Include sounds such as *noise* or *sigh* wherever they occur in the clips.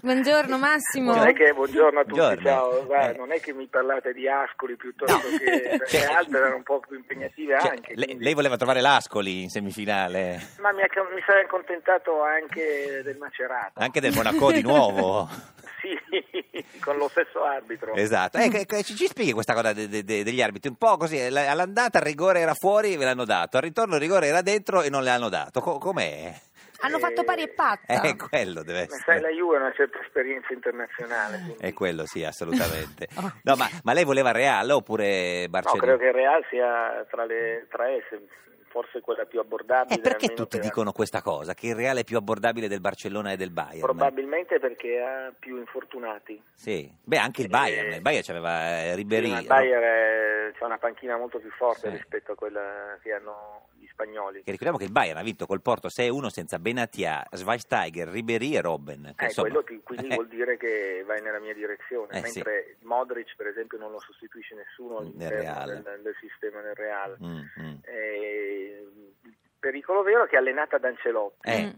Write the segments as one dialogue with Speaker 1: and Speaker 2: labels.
Speaker 1: Buongiorno Massimo.
Speaker 2: Non è che, buongiorno a tutti,
Speaker 3: Buongiorno.
Speaker 2: ciao. Guarda,
Speaker 3: Eh.
Speaker 2: non è che mi parlate di Ascoli piuttosto che
Speaker 3: *laughs* Cioè-
Speaker 2: perché altre erano un po' più impegnative
Speaker 3: Cioè,
Speaker 2: anche.
Speaker 3: le-
Speaker 2: quindi-
Speaker 3: lei voleva trovare l'Ascoli in semifinale,
Speaker 2: Ma mi, acc- mi sarei accontentato anche del Macerata. *laughs*
Speaker 3: anche del Monaco di nuovo.
Speaker 2: Esatto. Sì, con lo stesso arbitro.
Speaker 3: Esatto, Ecco, ecco, ci, ci spieghi questa cosa de- de- de- degli arbitri, un po' così, la- all'andata il rigore era fuori, ve l'hanno dato, al ritorno il rigore era dentro e non le hanno dato, Co- com'è?
Speaker 1: Hanno fatto pari e patta.
Speaker 3: Eh, Eh, quello deve
Speaker 2: Ah. Ma sai, la
Speaker 3: essere.
Speaker 2: Juve ha una certa esperienza internazionale. quindi-
Speaker 3: È quello, sì,
Speaker 2: *laughs*
Speaker 3: assolutamente. No, ma, ma lei voleva Real oppure
Speaker 2: Ah. No, credo
Speaker 3: Barcellona?
Speaker 2: che il Real sia tra le tra esse, forse quella più abbordabile.
Speaker 3: Eh, perché
Speaker 2: almeno
Speaker 3: tutti
Speaker 2: per-
Speaker 3: dicono questa cosa, che il Real è più abbordabile del Barcellona e del Bayern?
Speaker 2: Probabilmente perché ha più infortunati.
Speaker 3: Sì, beh anche il Bayern,
Speaker 2: Eh,
Speaker 3: il Bayern c'aveva eh, Ribéry.
Speaker 2: Sì, ma il
Speaker 3: no?
Speaker 2: Bayern c'è una panchina molto più forte
Speaker 3: Sì.
Speaker 2: rispetto a quella che hanno gli spagnoli. Eh,
Speaker 3: Che ricordiamo che il Bayern ha vinto col Porto 6-1 senza Benatia, Schweinsteiger, Ribéry e Robben. che
Speaker 2: Eh,
Speaker 3: insomma-
Speaker 2: quello ti-
Speaker 3: *laughs*
Speaker 2: quindi
Speaker 3: Eh,
Speaker 2: vuol dire che vai nella mia direzione,
Speaker 3: Eh,
Speaker 2: mentre Modric per esempio non lo sostituisce nessuno
Speaker 3: Nel
Speaker 2: all'interno
Speaker 3: Real.
Speaker 2: del, del sistema del Real.
Speaker 3: mm, mm.
Speaker 2: Eh, il pericolo vero è che è allenata da Ancelotti,
Speaker 3: Eh.
Speaker 1: Mm.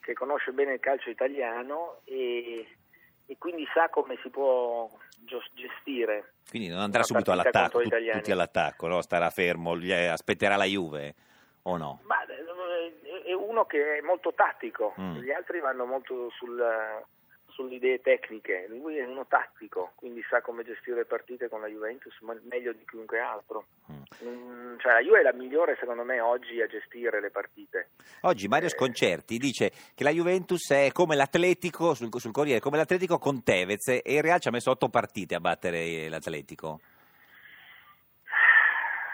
Speaker 2: che conosce bene il calcio italiano e, e quindi sa come si può gio- gestire.
Speaker 3: Quindi non andrà
Speaker 2: Una
Speaker 3: subito
Speaker 2: partita
Speaker 3: all'attacco,
Speaker 2: contro gli
Speaker 3: tu-
Speaker 2: italiani.
Speaker 3: tutti all'attacco, no? starà fermo, gli- eh, aspetterà la Juve o no?
Speaker 2: Ma eh, è uno che è molto tattico,
Speaker 3: Mm.
Speaker 2: gli altri vanno molto sul- sulle idee tecniche, lui è uno tattico, quindi sa come gestire le partite con la Juventus ma meglio di chiunque altro.
Speaker 3: Mm.
Speaker 2: Mm, cioè la Juve è la migliore secondo me oggi a gestire le partite.
Speaker 3: Oggi Mario
Speaker 2: Eh.
Speaker 3: Sconcerti dice che la Juventus è come l'Atletico, sul, sul Corriere, come l'Atletico con Tevez e il Real ci ha messo otto partite a battere eh, l'Atletico.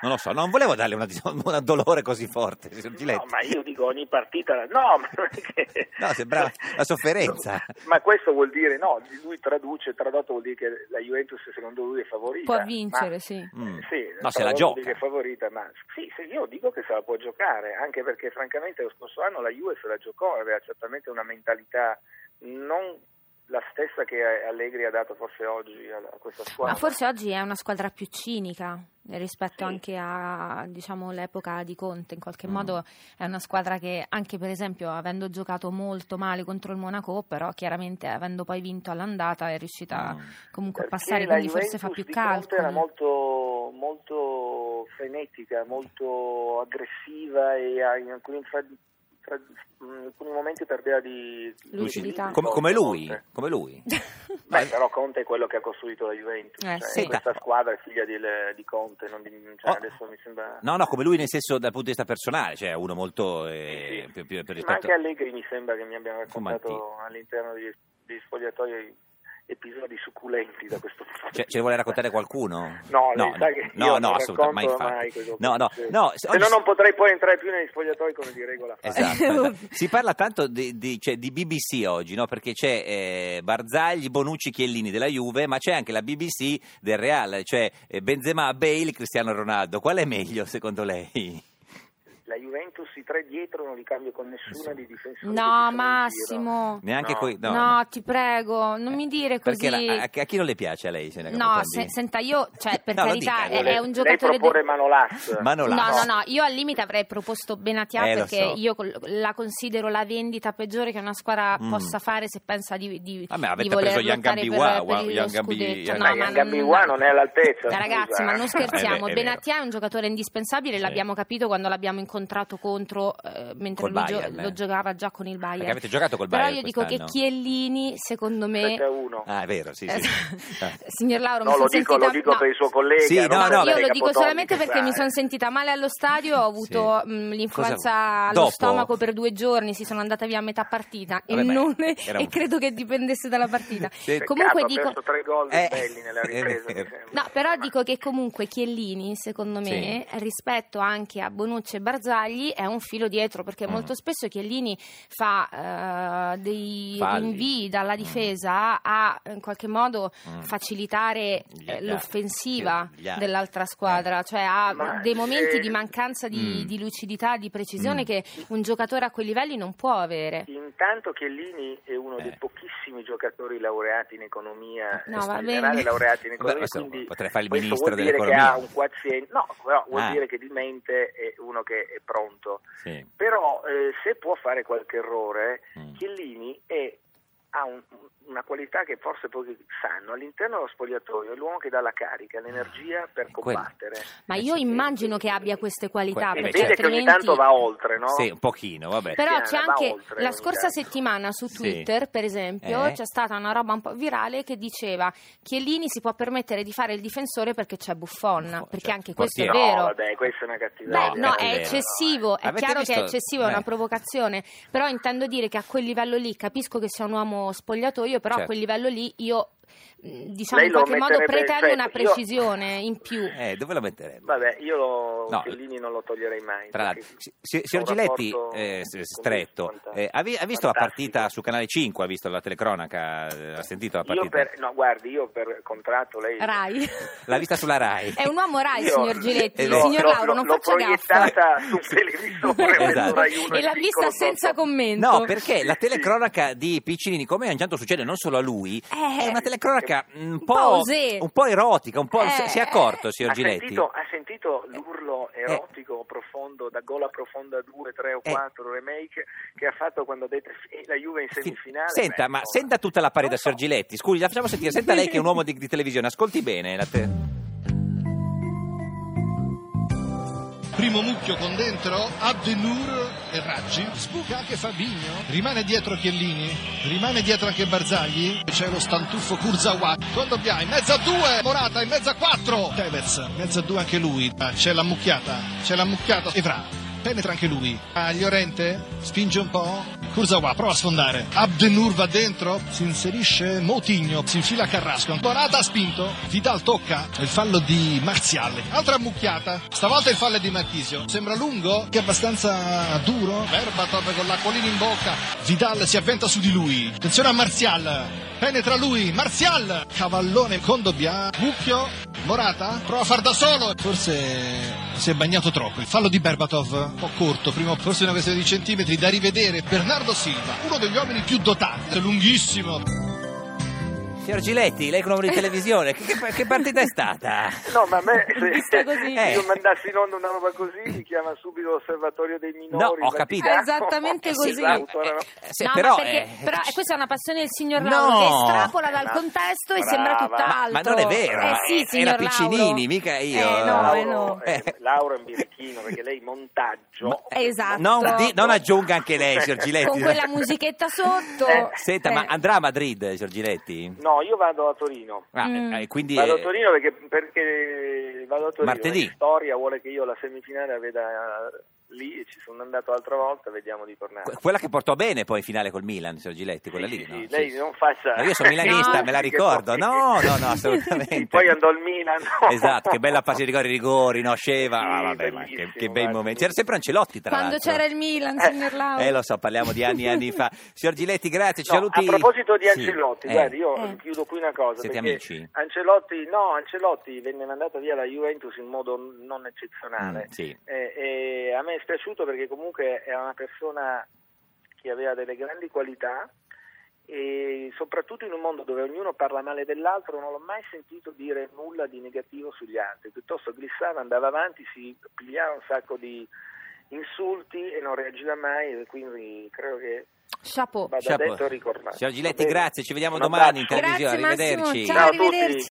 Speaker 3: Non lo so, non volevo darle una, un dolore così forte, signor Giletti.
Speaker 2: No, ma io dico ogni partita, no, ma non è che...
Speaker 3: *laughs* No, sembrava la sofferenza.
Speaker 2: Ma questo vuol dire, no, lui traduce, tradotto vuol dire che la Juventus secondo lui è favorita.
Speaker 1: Può vincere,
Speaker 2: ma-
Speaker 1: sì.
Speaker 3: Mm.
Speaker 2: Sì,
Speaker 3: no, se
Speaker 2: però
Speaker 3: la
Speaker 2: vuol
Speaker 3: gioca.
Speaker 2: dire favorita, ma sì, sì, io dico che se la può giocare, anche perché francamente lo scorso anno la Juve se la giocò, aveva certamente una mentalità non la stessa che Allegri ha dato forse oggi a a questa squadra.
Speaker 1: Ma forse oggi è una squadra più cinica rispetto
Speaker 2: Sì.
Speaker 1: anche a diciamo l'epoca di Conte. In qualche
Speaker 3: Mm.
Speaker 1: modo è una squadra che anche per esempio avendo giocato molto male contro il Monaco, però chiaramente avendo poi vinto all'andata è riuscita
Speaker 3: Mm.
Speaker 1: comunque a
Speaker 2: Perché
Speaker 1: passare,
Speaker 2: la
Speaker 1: quindi forse fa
Speaker 2: Juventus
Speaker 1: più
Speaker 2: di Conte
Speaker 1: calcoli.
Speaker 2: era
Speaker 1: *laughs*
Speaker 2: molto, molto frenetica, molto aggressiva e a- in alcuni, fra- fra- in alcuni momenti perdeva di
Speaker 1: Lucidità.
Speaker 2: di-
Speaker 3: Come, come lui,
Speaker 2: Conte.
Speaker 3: come lui.
Speaker 2: Beh, però Conte è quello che ha costruito la Juventus.
Speaker 1: Eh,
Speaker 2: cioè,
Speaker 1: sì.
Speaker 2: Questa squadra è figlia del- di Conte, non di, cioè,
Speaker 3: Oh.
Speaker 2: adesso mi sembra.
Speaker 3: No, no, come lui nel senso dal punto di vista personale, cioè uno molto eh,
Speaker 2: Sì.
Speaker 3: più, più- più
Speaker 2: Ma
Speaker 3: rispetto...
Speaker 2: anche Allegri mi sembra che mi abbiano
Speaker 3: Insomma,
Speaker 2: raccontato all'interno degli, degli spogliatoi episodi succulenti da questo punto di
Speaker 3: Ce, Cioè, ce
Speaker 2: vista.
Speaker 3: ne vuole raccontare qualcuno?
Speaker 2: No,
Speaker 3: no,
Speaker 2: lei sa che
Speaker 3: no,
Speaker 2: io
Speaker 3: no,
Speaker 2: non
Speaker 3: assolutamente,
Speaker 2: racconto
Speaker 3: ma
Speaker 2: mai
Speaker 3: infatti.
Speaker 2: quello che
Speaker 3: No, no,
Speaker 2: succede.
Speaker 3: no,
Speaker 2: se
Speaker 3: oggi
Speaker 2: no
Speaker 3: si-
Speaker 2: non potrei poi entrare più negli spogliatoi come di regola. fa.
Speaker 3: Esatto, esatto.
Speaker 2: *laughs*
Speaker 3: si parla tanto di, di- cioè, di BBC oggi, no? perché c'è eh, Barzagli, Bonucci, Chiellini della Juve, ma c'è anche la BBC del Real, cioè eh, Benzema, Bale, Cristiano Ronaldo. Qual è meglio secondo lei?
Speaker 2: La Juventus i tre dietro non li cambio con
Speaker 3: Esatto.
Speaker 2: nessuno di difensori. che ci sono in
Speaker 1: No,
Speaker 2: giro.
Speaker 1: Massimo.
Speaker 3: Neanche
Speaker 2: No.
Speaker 3: coi-
Speaker 1: No, ti prego, non mi dire così.
Speaker 3: Eh. Perché la- a, a chi non le piace a lei? se ne
Speaker 1: No,
Speaker 3: racconta di-
Speaker 1: se- senta, io,
Speaker 3: *laughs*
Speaker 1: cioè, per
Speaker 3: No, lo
Speaker 1: carità,
Speaker 3: dica,
Speaker 1: è,
Speaker 3: vuole-
Speaker 1: è un
Speaker 2: Lei
Speaker 1: giocatore...
Speaker 2: propone
Speaker 1: de-
Speaker 2: Manolas.
Speaker 3: Eh, Manolas.
Speaker 1: No, no, no, io al limite avrei proposto Benatia
Speaker 3: Eh, lo
Speaker 1: perché
Speaker 3: so.
Speaker 1: io col- la considero la vendita peggiore che una squadra
Speaker 3: Mm.
Speaker 1: possa fare se pensa di, di,
Speaker 3: Vabbè,
Speaker 1: di
Speaker 3: avete
Speaker 1: voler
Speaker 3: preso Yann
Speaker 1: lottare per,
Speaker 3: Gambiwa,
Speaker 1: per
Speaker 3: Wa-
Speaker 1: lo
Speaker 3: Yann Gambi-
Speaker 1: scudetto.
Speaker 3: Yann-
Speaker 1: No,
Speaker 3: Ma
Speaker 2: Ma
Speaker 3: Yann
Speaker 1: non-
Speaker 2: Gambiwa non è all'altezza.
Speaker 1: Eh, Ragazzi,
Speaker 2: scusa.
Speaker 1: ma non scherziamo,
Speaker 3: Eh, beh, *laughs* è
Speaker 1: Benatia è un giocatore indispensabile,
Speaker 3: Sì.
Speaker 1: l'abbiamo capito quando l'abbiamo incontrato contro eh, mentre
Speaker 3: Col
Speaker 1: lui gio-
Speaker 3: Bayern, eh.
Speaker 1: lo giocava già con il
Speaker 3: Perché
Speaker 1: Bayern.
Speaker 3: avete giocato col
Speaker 1: Però
Speaker 3: Bayern
Speaker 1: io dico che
Speaker 3: quest'anno?
Speaker 1: Chiellini, secondo me,
Speaker 2: Sette a uno.
Speaker 3: Ah, è vero, sì, sì.
Speaker 1: Eh,
Speaker 3: Ah.
Speaker 1: *laughs* Signor Lauro,
Speaker 2: No,
Speaker 1: mi
Speaker 2: lo
Speaker 1: sono
Speaker 2: dico,
Speaker 1: sentita...
Speaker 2: lo dico
Speaker 1: no.
Speaker 2: per il suo collega.
Speaker 3: Sì,
Speaker 2: non
Speaker 3: no,
Speaker 2: per
Speaker 3: no,
Speaker 2: il
Speaker 1: io
Speaker 2: collega
Speaker 1: lo dico
Speaker 2: Potosi,
Speaker 1: solamente
Speaker 2: che
Speaker 1: perché
Speaker 2: sa,
Speaker 1: mi sono
Speaker 2: eh.
Speaker 1: sentita male allo stadio, ho avuto
Speaker 3: Sì.
Speaker 1: mh, l'influenza
Speaker 3: Cosa-
Speaker 1: allo
Speaker 3: dopo?
Speaker 1: stomaco per due giorni, si sono andata via a metà partita e,
Speaker 3: Vabbè, ma
Speaker 1: non-
Speaker 3: era un-
Speaker 1: e credo che dipendesse dalla partita.
Speaker 3: Sì.
Speaker 2: Peccato,
Speaker 1: Comunque
Speaker 2: ha
Speaker 1: dico...
Speaker 2: perso tre gol
Speaker 3: Eh,
Speaker 2: belli nella
Speaker 3: è
Speaker 2: ripresa. mi
Speaker 3: vero.
Speaker 2: sembra.
Speaker 1: No, però dico che comunque Chiellini, secondo me, rispetto anche a Bonucci e Barzagli, Barzagli è un filo dietro perché
Speaker 3: Mm.
Speaker 1: molto spesso Chiellini fa eh, dei
Speaker 3: Falli.
Speaker 1: rinvii dalla
Speaker 3: Mm.
Speaker 1: difesa a in qualche modo
Speaker 3: Mm.
Speaker 1: facilitare
Speaker 3: Gli
Speaker 1: eh,
Speaker 3: attacchi,
Speaker 1: l'offensiva
Speaker 3: sì, gli eh. attacchi.
Speaker 1: dell'altra squadra, cioè ha
Speaker 2: Ma
Speaker 1: dei momenti
Speaker 2: se-
Speaker 1: di mancanza di,
Speaker 3: Mm.
Speaker 1: di lucidità, di precisione
Speaker 3: Mm.
Speaker 1: che un giocatore a quei livelli non può avere.
Speaker 2: Intanto Chiellini è uno
Speaker 3: Eh.
Speaker 2: dei pochissimi giocatori laureati in economia,
Speaker 1: No,
Speaker 2: in
Speaker 1: va
Speaker 2: generale
Speaker 1: bene.
Speaker 2: laureati
Speaker 3: Vabbè,
Speaker 2: in economia,
Speaker 3: questo
Speaker 2: quindi
Speaker 3: potrei fare il
Speaker 2: questo
Speaker 3: ministro
Speaker 2: vuol dire che
Speaker 3: dell'economia.
Speaker 2: ha un quoziente, no, però vuol
Speaker 3: Ah.
Speaker 2: dire che di mente è uno che è pronto,
Speaker 3: Sì.
Speaker 2: però eh, se può fare qualche errore,
Speaker 3: Mm.
Speaker 2: Chiellini è- ha un- una qualità che forse pochi sanno, all'interno dello spogliatoio è l'uomo che dà la carica, l'energia per
Speaker 3: Ah, È quello.
Speaker 2: combattere.
Speaker 1: Ma
Speaker 3: Eh
Speaker 1: io
Speaker 3: sì.
Speaker 1: immagino che abbia queste qualità
Speaker 3: Eh beh,
Speaker 2: E
Speaker 1: perché
Speaker 2: vede che ogni
Speaker 1: altrimenti...
Speaker 2: tanto va oltre, no?
Speaker 3: Sì, un pochino, vabbè.
Speaker 1: Però
Speaker 2: Cristiana,
Speaker 1: c'è
Speaker 2: va
Speaker 1: anche
Speaker 2: oltre
Speaker 1: la
Speaker 2: ogni
Speaker 1: scorsa
Speaker 2: tanto.
Speaker 1: settimana su
Speaker 3: Sì.
Speaker 1: Twitter, per esempio,
Speaker 3: Eh?
Speaker 1: c'è stata una roba un po' virale che diceva Chiellini si può permettere di fare il difensore perché c'è Buffon,
Speaker 3: Buffon,
Speaker 1: perché
Speaker 3: cioè,
Speaker 1: anche questo è
Speaker 3: portiere.
Speaker 1: vero.
Speaker 2: No, vabbè, questa è una cattiveria.
Speaker 1: Beh, no, è
Speaker 3: cattiveria.
Speaker 1: eccessivo, è
Speaker 3: Avete
Speaker 1: chiaro che è
Speaker 3: visto?
Speaker 1: eccessivo, è una
Speaker 3: Eh.
Speaker 1: provocazione, però intendo dire che a quel livello lì, capisco che sia un uomo spogliatoio, però a
Speaker 3: Certo.
Speaker 1: quel livello lì io, mh, diciamo,
Speaker 2: Lei
Speaker 1: in
Speaker 2: lo
Speaker 1: qualche modo
Speaker 2: metterebbe-
Speaker 1: preterei una
Speaker 2: certo, io-
Speaker 1: precisione
Speaker 2: *laughs*
Speaker 1: in più.
Speaker 3: Eh, dove lo metteremo?
Speaker 2: Vabbè, io lo,
Speaker 3: No.
Speaker 2: Chiellini non lo toglierei mai.
Speaker 3: Tra l'altro,
Speaker 2: perché
Speaker 3: si- si-
Speaker 2: ho
Speaker 3: signor
Speaker 2: un
Speaker 3: Giletti,
Speaker 2: rapporto
Speaker 3: eh, s-
Speaker 2: con lui
Speaker 3: stretto,
Speaker 2: fantastico.
Speaker 3: eh, ha, vi- ha visto la
Speaker 2: Fantastico.
Speaker 3: partita su Canale 5? Ha visto la telecronaca? Eh, Ha sentito la partita?
Speaker 2: Io per, no, guardi, io per contratto lei...
Speaker 1: Rai.
Speaker 3: L'ha vista sulla Rai?
Speaker 1: È un uomo Rai,
Speaker 2: Io-
Speaker 1: signor Giletti.
Speaker 3: Eh, no,
Speaker 1: signor
Speaker 3: no,
Speaker 1: Lauro,
Speaker 2: l'ho-
Speaker 1: non
Speaker 2: l'ho *laughs*
Speaker 1: faccia gaffe.
Speaker 2: proiettata sul
Speaker 1: *laughs*
Speaker 2: televisore
Speaker 3: Esatto.
Speaker 2: messo Rai uno
Speaker 1: E
Speaker 2: in
Speaker 1: l'ha
Speaker 2: piccolo
Speaker 1: vista
Speaker 2: sotto.
Speaker 1: senza commento.
Speaker 3: No, perché la telecronaca di Piccinini, come ogni tanto succede non solo a lui,
Speaker 1: Eh,
Speaker 3: è una telecronaca un
Speaker 1: un po'
Speaker 3: po',
Speaker 1: osé.
Speaker 3: un po' erotica, un po'...
Speaker 1: Eh,
Speaker 3: si è accorto, signor
Speaker 2: Ha
Speaker 3: Giletti?
Speaker 2: sentito, ha sentito l'urlo
Speaker 3: Eh.
Speaker 2: erotico profondo da gola profonda 2, 3 o
Speaker 3: Eh.
Speaker 2: 4 remake che ha fatto quando ha detto "Sì, la Juve in semifinale.
Speaker 3: Senta,
Speaker 2: beh,
Speaker 3: ma
Speaker 2: insomma.
Speaker 3: senta tutta la parete,
Speaker 2: Non so.
Speaker 3: signor Giletti. Scusi, la facciamo sentire. Senta lei che è un uomo di, di televisione. Ascolti bene. la te-
Speaker 4: Primo mucchio con dentro Abdenur e Raggi. Sbuca anche Fabigno. Rimane dietro Chiellini. Rimane dietro anche Barzagli. C'è lo stantuffo Kurzawa. Condobia in mezzo a due. Morata in mezzo a quattro. Tevez in mezzo a due anche lui. Ah, C'è l'ammucchiata. C'è l'ammucchiata. Evra. Penetra anche lui. Ah, Llorente spinge un po'. Kurzawa prova a sfondare. Abdenur va dentro. Si inserisce Motigno. Si infila Carrasco. Morata ha spinto. Vidal tocca. Il fallo di Marziale. Altra ammucchiata. Stavolta il fallo è di Marchisio. Sembra lungo, che è abbastanza duro. Berbatov con l'acquolina in bocca. Vidal si avventa su di lui. Attenzione a Marzial. Penetra lui. Marzial. Cavallone con Dobbia. Mucchio. Morata. Prova a far da solo. Forse si è bagnato troppo. Il fallo di Berbatov. Un po' corto. Prima, forse una questione di centimetri. Da rivedere. Bernardo Silva. Uno degli uomini più dotati. Lunghissimo.
Speaker 3: Signor Giletti, lei è un
Speaker 2: *laughs*
Speaker 3: uomo di televisione. Che, che- che partita è stata?
Speaker 2: No, ma a
Speaker 1: *laughs*
Speaker 2: me
Speaker 1: Vista
Speaker 2: se,
Speaker 1: così.
Speaker 3: Eh.
Speaker 2: se io mandassi in onda una roba così mi chiama subito l'osservatorio dei minori.
Speaker 3: No, ho capito.
Speaker 2: Vaticano.
Speaker 1: Ah,
Speaker 2: *laughs*
Speaker 1: Esattamente così.
Speaker 2: Esatto, no, no.
Speaker 3: Eh, se-
Speaker 1: no,
Speaker 3: però,
Speaker 1: ma perché,
Speaker 3: eh,
Speaker 1: però eh, questa è una passione del signor
Speaker 3: No.
Speaker 1: Lauro che strapola dal
Speaker 2: Ma-
Speaker 1: contesto e
Speaker 2: brava.
Speaker 1: sembra
Speaker 3: ma,
Speaker 1: tutt'altro.
Speaker 3: ma non è vero.
Speaker 1: Eh sì,
Speaker 3: È-
Speaker 1: signor
Speaker 3: Era Piccinini,
Speaker 1: Lauro.
Speaker 3: mica io.
Speaker 1: Eh, no, eh, no.
Speaker 2: Lauro, eh, Laura è un birichino perché lei montaggio.
Speaker 3: Ma-
Speaker 1: Esatto.
Speaker 3: eh, Non, di- non aggiunga anche lei, signor Giletti. *laughs*
Speaker 1: Con quella musichetta sotto.
Speaker 2: Eh,
Speaker 3: Senta,
Speaker 1: Eh.
Speaker 3: ma andrà a Madrid, signor Giletti?
Speaker 2: No, io vado a Torino.
Speaker 3: Ah,
Speaker 1: Mm.
Speaker 3: eh, quindi,
Speaker 2: Vado a
Speaker 3: eh,
Speaker 2: Torino perché, perché vado a Torino.
Speaker 3: Martedì.
Speaker 2: La storia vuole che io la semifinale la veda lì, ci sono andato l'altra volta, vediamo di tornare.
Speaker 3: que- quella che portò bene poi in finale col Milan, signor Giletti, quella
Speaker 2: Sì,
Speaker 3: lì.
Speaker 2: sì,
Speaker 3: no?
Speaker 2: sì, lei non faccia-
Speaker 3: Ma io sono milanista,
Speaker 2: *laughs*
Speaker 1: No.
Speaker 3: me la ricordo. No, no, no, assolutamente.
Speaker 2: Poi andò al Milan.
Speaker 3: Esatto, che bella fase di rigori, rigori, no, Sceva,
Speaker 2: Sì,
Speaker 3: ah, vabbè, ma che,
Speaker 2: bellissimo,
Speaker 3: che bei
Speaker 2: guarda.
Speaker 3: momenti. C'era sempre Ancelotti, tra
Speaker 1: Quando
Speaker 3: l'altro.
Speaker 1: c'era il Milan,
Speaker 2: Eh,
Speaker 1: signor Lauro.
Speaker 3: ecco. Eh, lo so, parliamo di anni e anni fa. Signor Giletti, grazie, ci
Speaker 2: No,
Speaker 3: saluti.
Speaker 2: A proposito di
Speaker 3: Sì,
Speaker 2: Ancelotti,
Speaker 3: eh,
Speaker 2: guardi, io
Speaker 1: Eh.
Speaker 2: chiudo qui una cosa.
Speaker 3: Siete
Speaker 2: perché
Speaker 3: amici?
Speaker 2: Ancelotti, no, Ancelotti venne mandato via la Juventus in modo non eccezionale.
Speaker 3: mm, sì.
Speaker 2: Eh, e a me è spiaciuto perché comunque era una persona che aveva delle grandi qualità e soprattutto in un mondo dove ognuno parla male dell'altro non l'ho mai sentito dire nulla di negativo sugli altri, piuttosto glissava, andava avanti, si pigliava un sacco di insulti e non reagiva mai e quindi credo che
Speaker 1: Chapeau.
Speaker 2: vada
Speaker 3: Oh, Chapeau.
Speaker 2: detto e ricordato.
Speaker 3: Signor
Speaker 2: Va
Speaker 3: Giletti,
Speaker 2: bene?
Speaker 3: grazie, ci vediamo
Speaker 2: Un
Speaker 3: domani in
Speaker 2: abbraccio.
Speaker 1: Grazie
Speaker 3: televisione,
Speaker 1: Massimo,
Speaker 3: arrivederci.
Speaker 1: ciao,
Speaker 2: Ciao a tutti.
Speaker 1: arrivederci.